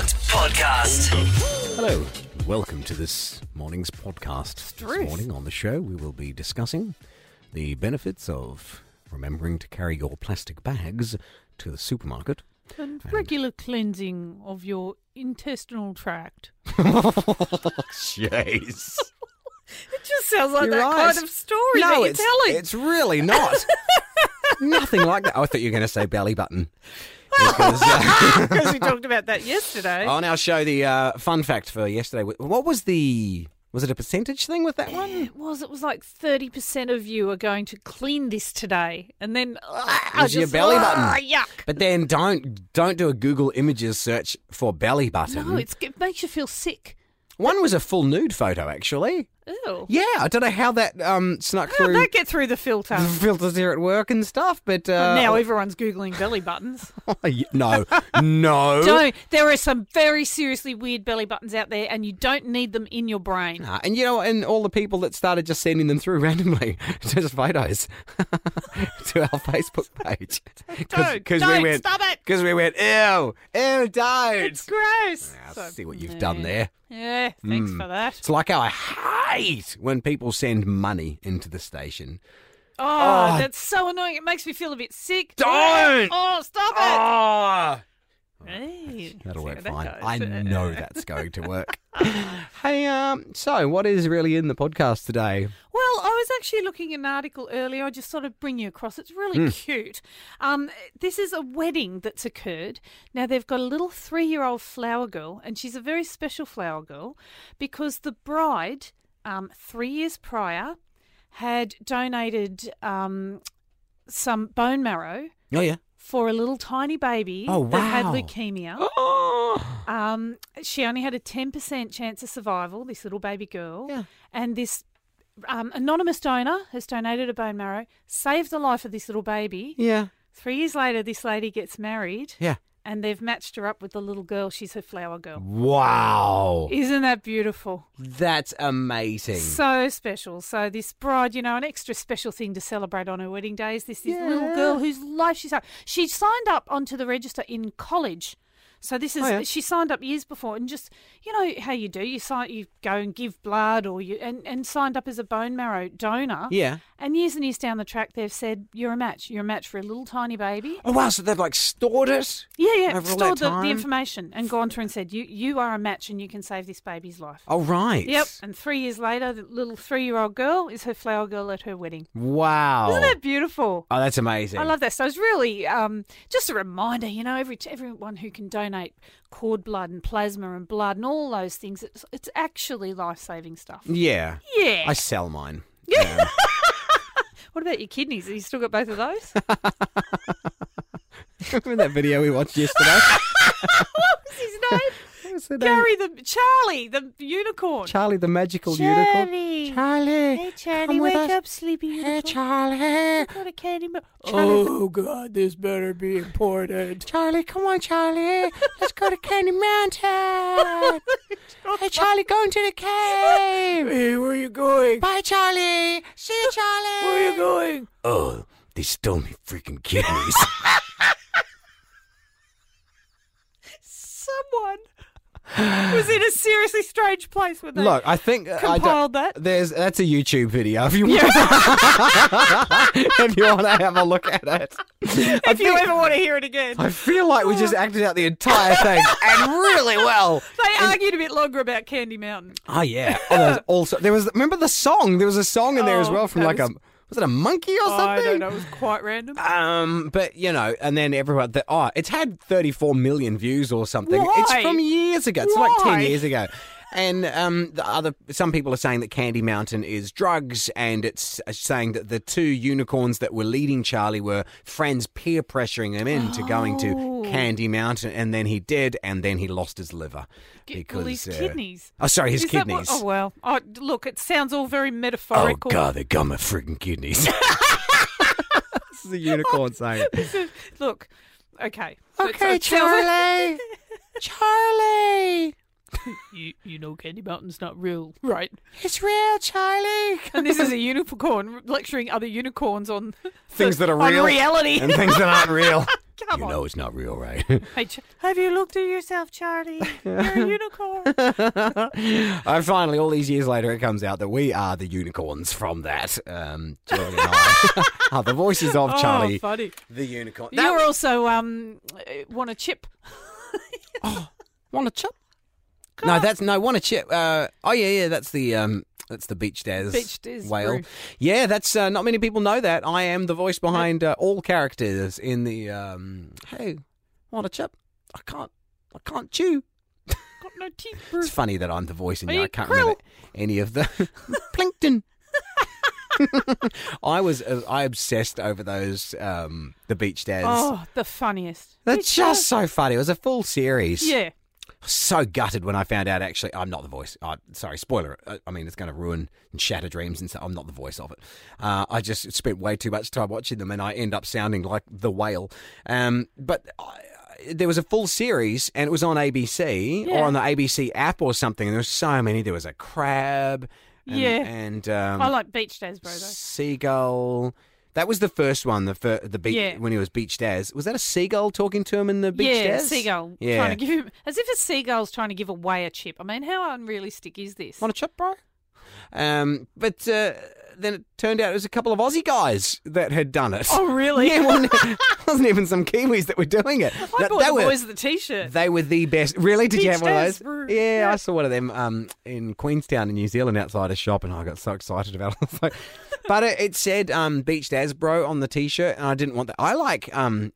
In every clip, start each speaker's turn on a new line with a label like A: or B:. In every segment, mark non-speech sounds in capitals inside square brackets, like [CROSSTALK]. A: Podcast.
B: Hello, and welcome to this morning's podcast.
C: Struth.
B: This morning on the show, we will be discussing the benefits of remembering to carry your plastic bags to the [LAUGHS] supermarket.
C: And regular cleansing of your intestinal tract.
B: Jeez.
C: It just sounds like
B: You're that right. kind of
C: story
B: it's,
C: [LAUGHS]
B: it's really [LAUGHS] not. Nothing like that. Oh, I thought you were going to say belly button. Because, uh,
C: Because we talked about that yesterday.
B: I'll now show the uh, fun fact for yesterday. What was the. Was it a percentage thing with that one?
C: It was. It was like thirty percent of you are going to clean this today, and then ah, I
B: Is your
C: just-
B: belly button.
C: ah, Yuck.
B: But then don't don't do a Google Images search for belly button.
C: No, it's, it makes you feel sick.
B: One was a full nude photo, actually.
C: Ew.
B: Yeah, I don't know how that um, snuck
C: How'd
B: through Uh,
C: that get through the
B: [LAUGHS]
C: filter?
B: the filters here at work and stuff. But uh, [LAUGHS] oh,
C: now everyone's googling belly buttons.
B: no, no.
C: [LAUGHS] Don't. There are some very seriously weird belly buttons out there, and you don't need them in your brain.
B: Nah, and you know, and all the people that started just sending them through [LAUGHS] randomly, just photos, [LAUGHS] to our Facebook page
C: Don't, don't, stop it.
B: because we went ew, ew, don't.
C: It's gross.
B: Ah,
C: So-
B: see what you've done there.
C: Yeah, thanks for that.
B: It's like how I hate when people send money into the station.
C: Oh, that's so annoying. It makes me feel a bit sick.
B: Don't!
C: Oh, stop it!
B: Ah,
C: Hey,
B: that'll
C: see
B: work
C: how that
B: fine.
C: goes.
B: I [LAUGHS] know that's going to work. hey, um, so what is really in the podcast today?
C: Well, I was actually looking at an article earlier. I just sort of bring you across. It's really
B: Hmm.
C: cute. Um, this is a wedding that's occurred. Now they've got a little three-year-old flower girl, and she's a very special flower girl because the bride, um, three years prior, had donated um, some bone marrow
B: Oh yeah.
C: for a little tiny baby
B: Oh,
C: that had
B: wow. [GASPS]
C: leukemia.
B: Oh,
C: Um, she only had a 10% chance of survival, this little baby girl.
B: Yeah.
C: And this um, anonymous donor has donated a bone marrow, saved the life of this little baby.
B: Yeah.
C: Three years later, this lady gets married
B: Yeah.
C: and they've matched her up with the little girl. She's her flower girl.
B: Wow.
C: Isn't that beautiful?
B: That's amazing.
C: So special. So this bride, you know, an extra special thing to celebrate on her wedding day is this, this
B: Yeah.
C: little girl whose life she's had. She signed up onto the register in college. So this is
B: Oh, yeah.
C: she signed up years before and just you know how you do you sign you go and give blood or you and, and signed up as a bone marrow donor
B: yeah.
C: and years and years down the track they've said you're a match you're a match for a little tiny baby
B: Oh wow! So they've like stored it.
C: yeah
B: Over
C: yeah
B: all that
C: stored the,
B: time?
C: the information and gone through and said you you are a match and you can save this baby's life
B: Oh right.
C: Yep. And three years later, the little three year old girl is her flower girl at her wedding.
B: Wow.
C: Isn't that beautiful?
B: Oh, that's amazing.
C: I love that. So it's really um, just a reminder, you know, every everyone who can donate cord blood and plasma and blood and all those things, it's, it's actually life saving stuff.
B: yeah.
C: Yeah.
B: I sell mine.
C: Yeah. what about your kidneys? Have you still got both
B: [LAUGHS]
C: of those?
B: [LAUGHS]
C: [LAUGHS]
B: Remember that video we watched [LAUGHS] yesterday?
C: What's his name?
B: What was the name?
C: Gary the Charlie the unicorn.
B: Charlie the magical
C: Charlie.
B: unicorn. Charlie.
C: Hey
B: come
C: Charlie,
B: with us.
C: wake up, sleepy unicorn.
B: Charlie.
C: Got a candy mo-
B: Oh God, this better be important. Charlie, come on, Charlie. Let's go to Candy
C: [LAUGHS]
B: Mountain. hey, Charlie, going to the cave. Hey, where are you going? Bye, Charlie. See you, Charlie. Where are you going? Oh, they stole me freaking [LAUGHS] kidneys.
C: someone was in a seriously strange place when they
B: Look, I think uh, I don't-
C: compiled that.
B: There's that's a YouTube video. If you want, if you want [LAUGHS] to have a look at it, Oh. I
C: If you
B: think-
C: ever want to hear it again,
B: I feel like we just acted out the entire thing and really well.
C: they argued a bit longer about Candy Mountain.
B: Oh yeah. Oh, there was
C: [LAUGHS]
B: also there was remember the song? There was a song in there as
C: Oh,
B: well from
C: that
B: like
C: was-
B: a was it a monkey or something?
C: I don't know. It was quite random.
B: Um, but you know, and then everyone that oh, it's had 34 million views or something. It's
C: Why?
B: from years ago. It's like 10
C: Why?
B: years ago. And um, the other some people are saying that Candy Mountain is drugs, and it's uh, saying that the two unicorns that were leading Charlie were friends peer pressuring him into going to
C: Oh.
B: Candy Mountain, and then he did, and then he lost his liver
C: Get all these
B: uh,
C: kidneys.
B: Oh, sorry, his
C: Is that what-
B: kidneys.
C: oh well. Oh, look, it sounds all very metaphorical.
B: Oh, they got my freaking [LAUGHS] kidneys. this is a unicorn saying.
C: Look. Okay. So it's-
B: Okay,
C: it sounds like-
B: Charlie. Charlie.
C: you, you know Candy Mountain's not real, [LAUGHS] right?
B: It's real, Charlie.
C: And this is a unicorn lecturing other unicorns on
B: [LAUGHS] Things that are
C: on
B: real.
C: reality.
B: [LAUGHS] And things that aren't real.
C: Come
B: You
C: on.
B: know it's not real, right? [LAUGHS]
C: Hey, Ch- have you looked at yourself, Charlie? You're a unicorn.
B: and finally, all these years later, it comes out that we are the unicorns from that. Um, Julie and [LAUGHS] I are the voices of
C: Oh,
B: Charlie,
C: funny.
B: the unicorn.
C: you were also um uh, want a chip.
B: want a chip? No, that's no want a chip. Uh, oh yeah, yeah, that's the um, that's the beach des
C: Beach Des
B: whale.
C: brew.
B: Yeah, that's uh, not many people know that. I am the voice behind uh, all characters in the um. Hey, want a chip? I can't. I can't chew.
C: Got no teeth,
B: It's
C: Bruce.
B: funny that I'm the voice and
C: Are
B: you, I
C: you
B: can't
C: krill?
B: remember any of [LAUGHS] the plankton. [LAUGHS] I was uh, I obsessed over those um the beach dads.
C: Oh, the funniest.
B: They're
C: It's
B: just so funny. It was a full series.
C: yeah.
B: So gutted when I found out actually I'm not the voice. I, sorry, spoiler. I, I mean, it's going to ruin and shatter dreams and stuff. I'm not the voice of it. Uh, I just spent way too much time watching them and I end up sounding like the whale. Um, but I, there was a full series and it was on ABC
C: Yeah.
B: or on the ABC app or something. And there was so many. There was a crab. And,
C: Yeah.
B: And um,
C: I like Beach Days, bro. Though.
B: seagull. That was the first one. The fir- the beach
C: Yeah.
B: when he was beach Daz. Was that a seagull talking to him in the beach
C: yeah,
B: Daz?
C: seagull
B: Yeah.
C: trying to give him as if a seagull's trying to give away a chip. I mean, how unrealistic is this?
B: Want a chip, bro? Um, but uh, then it turned out it was a couple of Aussie guys that had done it.
C: Oh, really?
B: Yeah, it [LAUGHS] wasn't, it wasn't even some Kiwis that were doing it.
C: I
B: That-
C: bought
B: they
C: the
B: were-
C: boys the t-shirt.
B: They were the best. Really? Did you
C: Beach
B: have one of
C: Daz
B: those?
C: brew.
B: Yeah,
C: Yeah.
B: I saw one of them um, in Queenstown in New Zealand outside a shop, and I got so excited about it. [LAUGHS] I was like- but it, it said um, Beach Daz Bro on the t-shirt, and I didn't want that. I like um,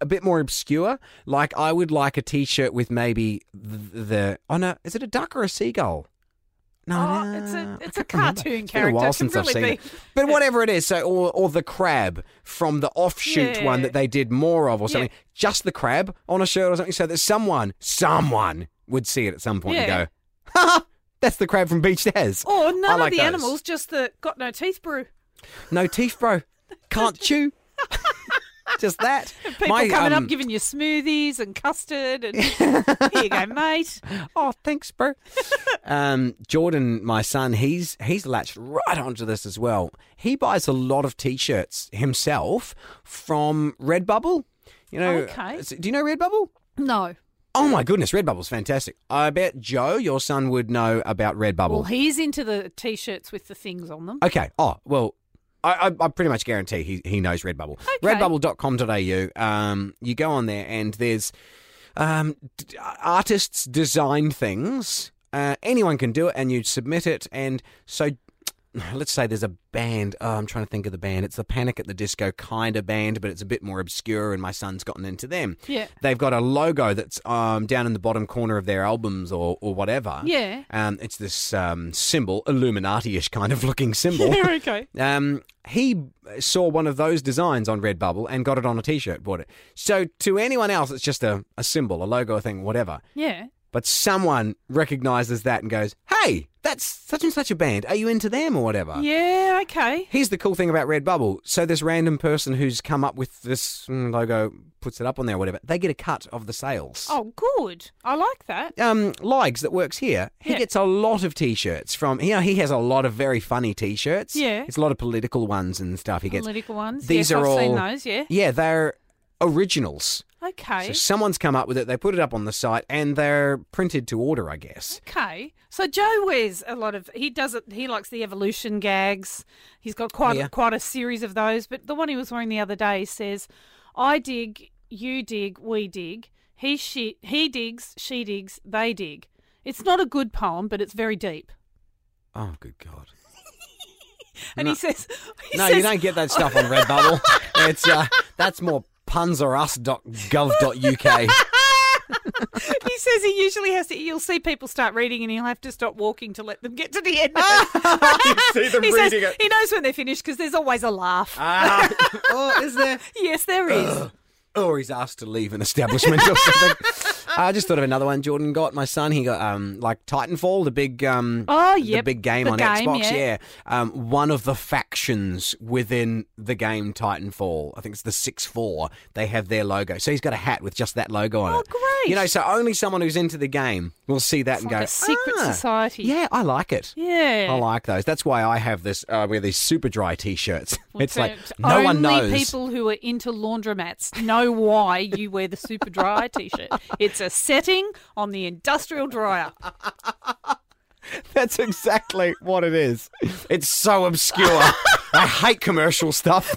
B: a bit more obscure. Like I would like a t-shirt with maybe the, the oh no, is it a duck or a seagull? No,
C: Oh,
B: no,
C: it's a-
B: I
C: it's a
B: can't remember.
C: cartoon
B: It's been a while
C: character. It
B: since
C: can
B: I've seen
C: really
B: it. But whatever it is, so or, or the crab from the offshoot
C: Yeah.
B: one that they did more of, or
C: Yeah.
B: something. Just the crab on a shirt or something, so that someone, someone would see it at some point
C: Yeah.
B: and go, "Ha ha, that's the crab from Beach Daz."
C: [LAUGHS] or Oh, none
B: like
C: of the
B: those.
C: animals, just the got no teeth brew.
B: No teeth, bro.
C: [LAUGHS]
B: Can't chew. [LAUGHS] Just that.
C: People coming
B: um,
C: up giving you smoothies and
B: [LAUGHS]
C: custard and here you go, mate.
B: Oh, thanks,
C: [LAUGHS]
B: bro. um, Jordan, my son, he's he's latched right onto this as well. He buys a lot of t-shirts himself from Redbubble. You know,
C: Okay.
B: do you know Redbubble?
C: No.
B: Oh my goodness, Redbubble's fantastic. I bet Joe, your son, would know about Redbubble.
C: Well, he's into the t-shirts with the things on them.
B: Okay. Oh, well, I, I, I pretty much guarantee he, he knows Redbubble.
C: Okay.
B: Redbubble.com.au. Um, you go on there and there's um, d- artists design things. Uh, anyone can do it and you submit it. And so let's say there's a band. Oh, I'm trying to think of the band. It's the Panic at the Disco kind of band, but it's a bit more obscure, and my son's gotten into them.
C: Yeah.
B: They've got a logo that's um, down in the bottom corner of their albums or, or whatever.
C: Yeah.
B: Um, it's this um, symbol, Illuminati ish kind of looking
C: [LAUGHS]
B: symbol.
C: There we go.
B: Um, he saw one of those designs on Redbubble and got it on a T-shirt, bought it. So to anyone else, it's just a, a symbol, a logo, a thing, whatever.
C: Yeah.
B: But someone recognizes that and goes, "Hey, that's such and such a band. Are you into them or whatever?"
C: Yeah, okay.
B: Here's the cool thing about Redbubble. So this random person who's come up with this mm, logo puts it up on there, or whatever. They get a cut of the sales
C: Oh, good. I like that.
B: um, Liggs that works here, he
C: Yeah.
B: gets a lot of t-shirts from. You know, he has a lot of very funny t-shirts.
C: Yeah.
B: it's a lot of political ones and stuff. He gets
C: Political ones.
B: These
C: yes,
B: are
C: I've
B: all
C: seen those, yeah.
B: yeah, they're originals.
C: Okay.
B: So someone's come up with it. They put it up on the site, and they're printed to order, I guess.
C: Okay, so Joe wears a lot of. He does it. He likes the evolution gags. He's got quite
B: yeah.
C: quite a series of those. But the one he was wearing the other day says, "I dig, you dig, we dig. He she he digs, she digs, they dig." It's not a good poem, but it's very deep.
B: Oh, good God!
C: And he says, [LAUGHS] he
B: No,
C: says,
B: you don't get that stuff on
C: [LAUGHS]
B: Redbubble. it's uh, that's more
C: [LAUGHS]
B: punsorus.gov.uk.
C: he says he usually has to. You'll see people start reading, and he'll have to stop walking to let them get
B: [LAUGHS]
C: to the end. Of it.
B: see them
C: [LAUGHS] he says
B: reading it.
C: he knows when they're finished because there's always a laugh.
B: Ah, oh, is there?
C: yes, there is.
B: or he's asked to leave an establishment or something.
C: [LAUGHS]
B: I just thought of another one Jordan got. My son, he got um like Titanfall, the big um
C: Oh, yep.
B: the big game
C: The
B: on
C: game,
B: Xbox.
C: yeah.
B: um one of the factions within the game Titanfall. I think it's the six four. They have their logo, so he's got a hat with just that logo on
C: Oh,
B: it.
C: right.
B: You know, so only someone who's into the game will see that and
C: like
B: go.
C: a secret
B: "Ah,
C: society."
B: Yeah, I like it.
C: yeah.
B: I like those. That's why I have this. I wear these super dry T-shirts. it's
C: Well,
B: like
C: to- to
B: no one
C: only
B: knows.
C: people who are into laundromats know why you wear the super dry t-shirt. It's a setting on the industrial dryer.
B: [LAUGHS] That's exactly what it is. It's so [LAUGHS] obscure. I hate commercial [LAUGHS] stuff.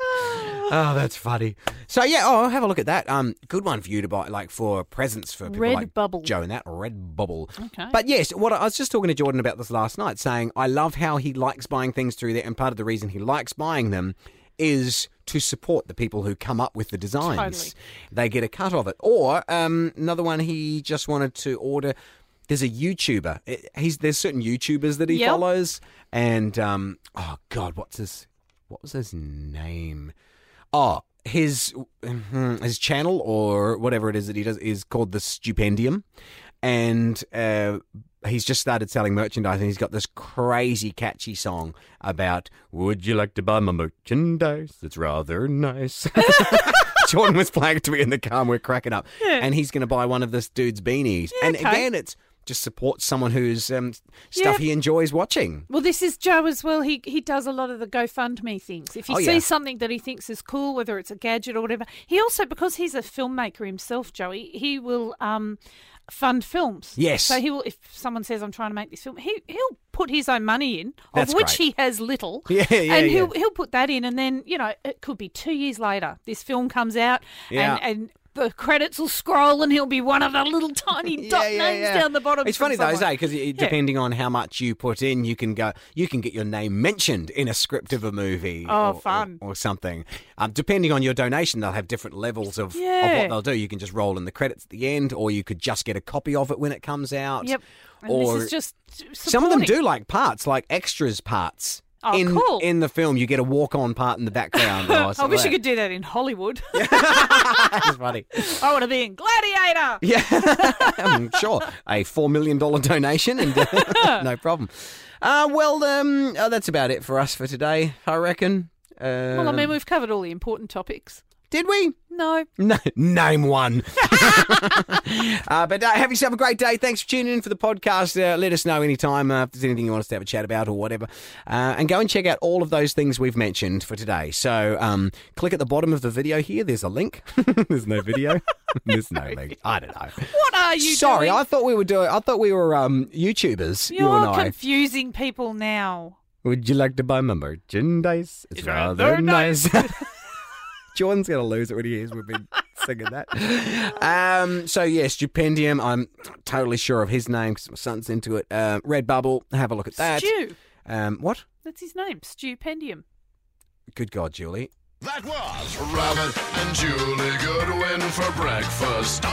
B: oh, that's funny. So yeah, oh, have a look at that. Um, good one for you to buy, like for presents for people
C: Red
B: like
C: Bubble.
B: Joe and that or Red Bubble.
C: Okay.
B: But yes, what I I was just talking to Jordan about this last night, saying I love how he likes buying things through there, and part of the reason he likes buying them is to support the people who come up with the designs.
C: Totally.
B: They get a cut of it. Or um, another one he just wanted to order. There's a YouTuber. It- He's there's certain YouTubers that he
C: Yep.
B: follows, and um, oh god, what's his what was his name? Oh, his mm-hmm, his channel or whatever it is that he does is called the Stupendium, and uh, he's just started selling merchandise, and he's got this crazy catchy song about "Would you like to buy my merchandise? It's rather nice." [LAUGHS] Jordan was playing it to me in the car, and we're cracking up. And he's going to buy one of this dude's beanies, and
C: okay.
B: again, it's just supports someone who's um, stuff
C: Yeah.
B: he enjoys watching.
C: Well, this is Joe as well. He he does a lot of the GoFundMe things. If you
B: Oh,
C: see
B: yeah.
C: something that he thinks is cool, whether it's a gadget or whatever, he also because he's a filmmaker himself, Joey, he will um, fund films.
B: Yes.
C: So he will. If someone says, "I'm trying to make this film," he he'll put his own money in,
B: That's
C: of which
B: great.
C: he has little.
B: [LAUGHS] Yeah, yeah,
C: And he'll
B: yeah.
C: he'll put that in, and then you know it could be two years later this film comes out,
B: Yeah.
C: and and. The credits will scroll, and he'll be one of the
B: [LAUGHS]
C: little tiny dot names down the bottom.
B: It's
C: from
B: funny though,
C: someone.
B: though, because depending on how much you put in, you can go, you can get your name mentioned in a script of a movie.
C: Oh,
B: or, or-
C: fun.
B: Or, something. Um, depending on your donation, they'll have different levels of, of
C: Yeah.
B: what they'll do. You can just roll in the credits at the end, or you could just get a copy of it when it comes out.
C: Yep. And
B: or
C: this is just
B: some of them
C: supporting.
B: do like parts, like extras parts.
C: Oh,
B: in,
C: cool.
B: in the film, you get a walk on part in the
C: [LAUGHS]
B: background. or
C: I
B: something
C: wish
B: like
C: you could do that in Hollywood.
B: [LAUGHS] that. It's funny.
C: I want to be in Gladiator.
B: Yeah, I'm sure. A $4 million donation and [LAUGHS] uh, no problem. Uh, well, um, oh, that's about it for us for today, I reckon. Uh,
C: Well, I mean, we've covered all the important topics.
B: did we?
C: No.
B: No, name
C: [LAUGHS]
B: one. uh, but uh, have yourself a great day. Thanks for tuning in for the podcast. Uh, let us know anytime uh, if there's anything you want us to have a chat about or whatever. Uh, and go and check out all of those things we've mentioned for today. So um, click at the bottom of the video here. There's a link. [LAUGHS] there's no video. [LAUGHS] there's no link. I don't know.
C: What are you
B: Sorry,
C: doing?
B: I thought we were doing. I thought we were um, YouTubers. you
C: You're
B: and I.
C: confusing people now.
B: Would you like to buy my merchandise? It's, rather,
C: rather
B: nice. [LAUGHS] Jordan's gonna lose it when he hears we've been singing that. Um, so yes, Stupendium. I'm totally sure of his name because my son's into it. Uh, Red Bubble. Have a look at that.
C: Stew.
B: Um, what?
C: That's his name. Stupendium.
B: Good God, Julie.
D: That was Robin and Julie Goodwin for breakfast.